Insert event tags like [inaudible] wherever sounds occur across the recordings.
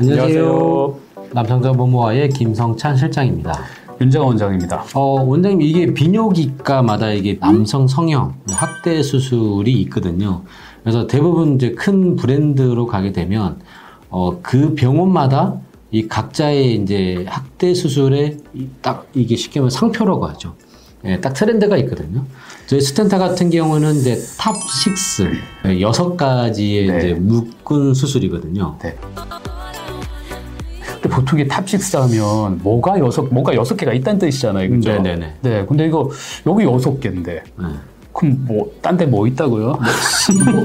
안녕하세요. 남성자본모아의 김성찬 실장입니다. 윤정 원장입니다. 어, 원장님 이게 비뇨기과마다 이게 남성 성형 확대 수술이 있거든요. 그래서 대부분 이제 큰 브랜드로 가게 되면 어, 그 병원마다 이 각자의 이제 학대 수술에 이- 딱 이게 쉽게 말하면 상표라고 하죠. 예, 딱 트렌드가 있거든요. 저희 스탠타 같은 경우는 이제 탑 6, 여섯 가지의 네. 이제 묶은 수술이거든요. 근데 보통 이게 탑식스 하면 뭐가 여섯 뭐가 여섯 개가 있다는 뜻이잖아요, 그죠? 네네네. 네, 근데 이거 여기 여섯 개인데 네. 그럼 뭐 딴 데 뭐 있다고요? 뭐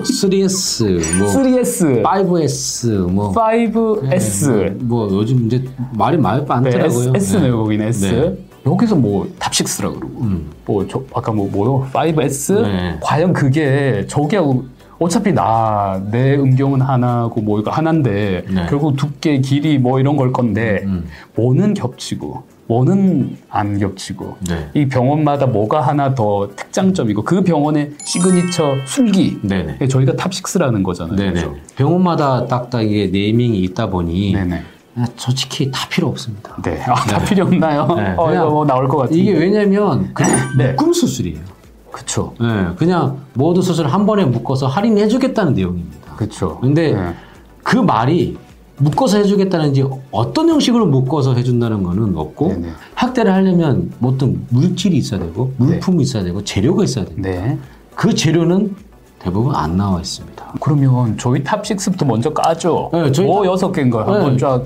3S, 뭐 3S, 5S, 뭐 5S, 뭐 요즘 이제 말이 많이 네, S, 많더라고요. S네요, 거기는 S. 네. 여기서 뭐 탑식스라 그러고, 음. 뭐 저 아까 뭐 뭐요? 5S? 네. 과연 그게 저기하고 어차피 나 내 음경은 하나고 뭐 이거 하나인데 네. 결국 두께, 길이 뭐 이런 걸 건데 음. 뭐는 겹치고 뭐는 안 겹치고 네. 이 병원마다 뭐가 하나 더 특장점이고 그 병원의 시그니처 술기 네네. 저희가 탑식스라는 거잖아요. 그죠? 네네. 병원마다 딱딱 이게 네이밍이 있다 보니 네네. 아, 솔직히 다 필요 없습니다. 네. 아, 다 필요 없나요? 네. 어, 이거 뭐 나올 것 같은데. 이게 왜냐면 그냥 네. 묶음 수술이에요. 그쵸. 네, 그냥 모든 수술 한 번에 묶어서 할인해주겠다는 내용입니다. 그쵸. 근데 네. 그 말이 묶어서 해주겠다는지 어떤 형식으로 묶어서 해준다는 거는 없고 네네. 학대를 하려면 뭐든 물질이 있어야 되고 물품이 있어야 되고 재료가 있어야 됩니다. 네. 그 재료는 대부분 안 나와 있습니다. 그러면 저희 탑식스부터 먼저 까죠. 네, 저희 뭐 탑- 여섯 개인 걸 한번 네. 쫙.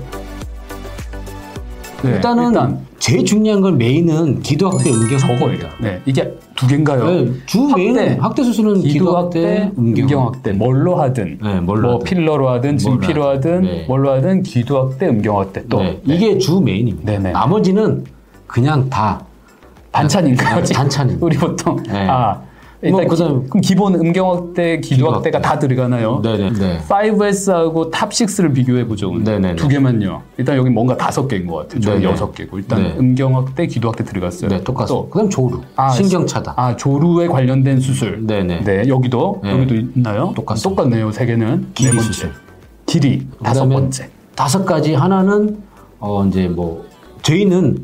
네, 일단은 일단 제일 중요한 건 메인은 기도 학대 음경 저거예요. 학대입니다. 네. 이게 두 개인가요? 네, 주 학대, 메인은 학대 수술은 기도 학대, 음경 학대. 음경학대 뭘로 하든 네, 뭘로 뭐 하든. 필러로 하든 진피로 하든. 하든 네. 뭘로 하든 기도학대 음경학대 또 네, 네. 이게 주 메인입니다. 네네. 나머지는 그냥 다 반찬인가요? 그냥 아, 반찬입니다. 우리 보통 네. 아 일단 뭐 그다음- 기- 그럼 기본 음경학대 기도학대가 다 들어가나요? 네네. 네. 5S하고 탑6를 비교해 보죠. 네네네. 두 개만요. 일단 여기 뭔가 다섯 개인 것 같아요. 저기 네네. 여섯 개고 일단 네. 음경학대, 기도학대 들어갔어요. 네, 똑같습니다. 또, 그다음 조루, 아, 신경차다. 아 조루에 관련된 수술. 네네. 네, 여기도 네. 여기도 있나요? 똑같습니다. 똑같네요. 세 개는 길이 네 번째. 수술. 길이 다섯 그다음에 번째. 다섯 가지 하나는 어 이제 뭐 저희는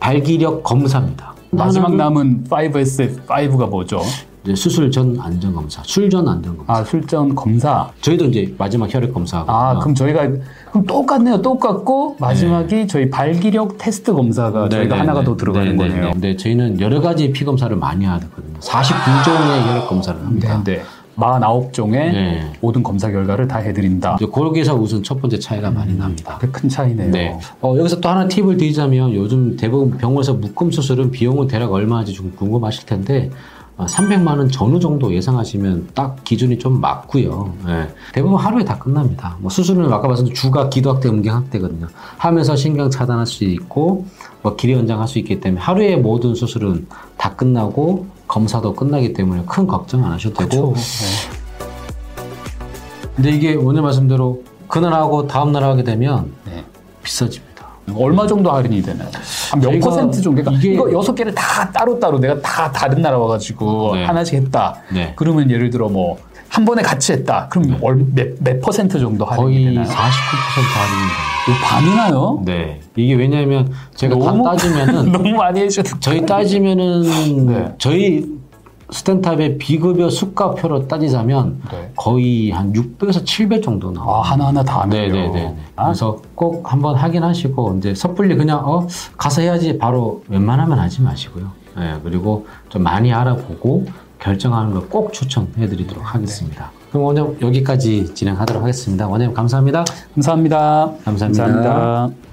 발기력 검사입니다. 마지막 하나는 남은 5S 5가 뭐죠? 이제 수술 전 안전 검사, 술전 안전 검사. 아 술전 검사. 저희도 이제 마지막 혈액 검사하고. 아 그럼 저희가 그럼 똑같네요. 똑같고 마지막이 네. 저희 발기력 테스트 어. 검사가 저희가 하나가 더 들어가는 거네요. 근데 저희는 여러 가지 피 검사를 많이 하거든요. 49종의 혈액 검사를 합니다. 네. 네. 49종의 그러니까 네. 모든 검사 결과를 다 해드린다. 그 이제 거기에서 우선 첫 번째 차이가 음. 많이 납니다. 큰 차이네요. 네. 어, 여기서 또 하나 팁을 드리자면 요즘 대부분 병원에서 묶음 수술은 비용은 대략 얼마인지 좀 궁금하실 텐데 어, 300만 원 전후 정도 예상하시면 딱 기준이 좀 맞고요. 예. 대부분 하루에 다 끝납니다. 뭐 수술은 아까 말씀드린 주가 기도학대, 음경학대거든요. 하면서 신경 차단할 수 있고 뭐 길이 연장할 수 있기 때문에 하루에 모든 수술은 다 끝나고 검사도 끝나기 때문에 큰 걱정 안 하셔도 그렇죠. 되고 네. 근데 이게 오늘 말씀대로 그날 하고 다음 날 하게 되면 네. 비싸집니다. 얼마 정도 할인이 되나요? 한 몇 저희가 퍼센트 정도? 그러니까 이게- 이거 여섯 개를 다 따로따로 내가 다 다른 나라 와가지고 네. 하나씩 했다. 네. 그러면 예를 들어 뭐 한 번에 같이 했다. 그럼 얼- 몇, 몇 퍼센트 정도 할인이 거의 49% 되나요? 할인입니다. 오, 반이나요? 네. 이게 왜냐하면 제가 너무- 다 따지면은 [laughs] 너무 많이 해주셨다. 저희 따지면은 네. 저희 스탠탑의 비급여 수가표로 따지자면 네. 거의 한 6배에서 7배 정도 아 나와요. 하나하나 다 하면요. 네네네. 아, 그래서 꼭 한번 확인하시고 이제 섣불리 그냥 어 가서 해야지 바로 웬만하면 하지 마시고요. 네, 그리고 좀 많이 알아보고 결정하는 걸 꼭 추천해드리도록 하겠습니다. 그럼 오늘 여기까지 진행하도록 하겠습니다. 원장님 감사합니다. 감사합니다. 감사합니다. 감사합니다.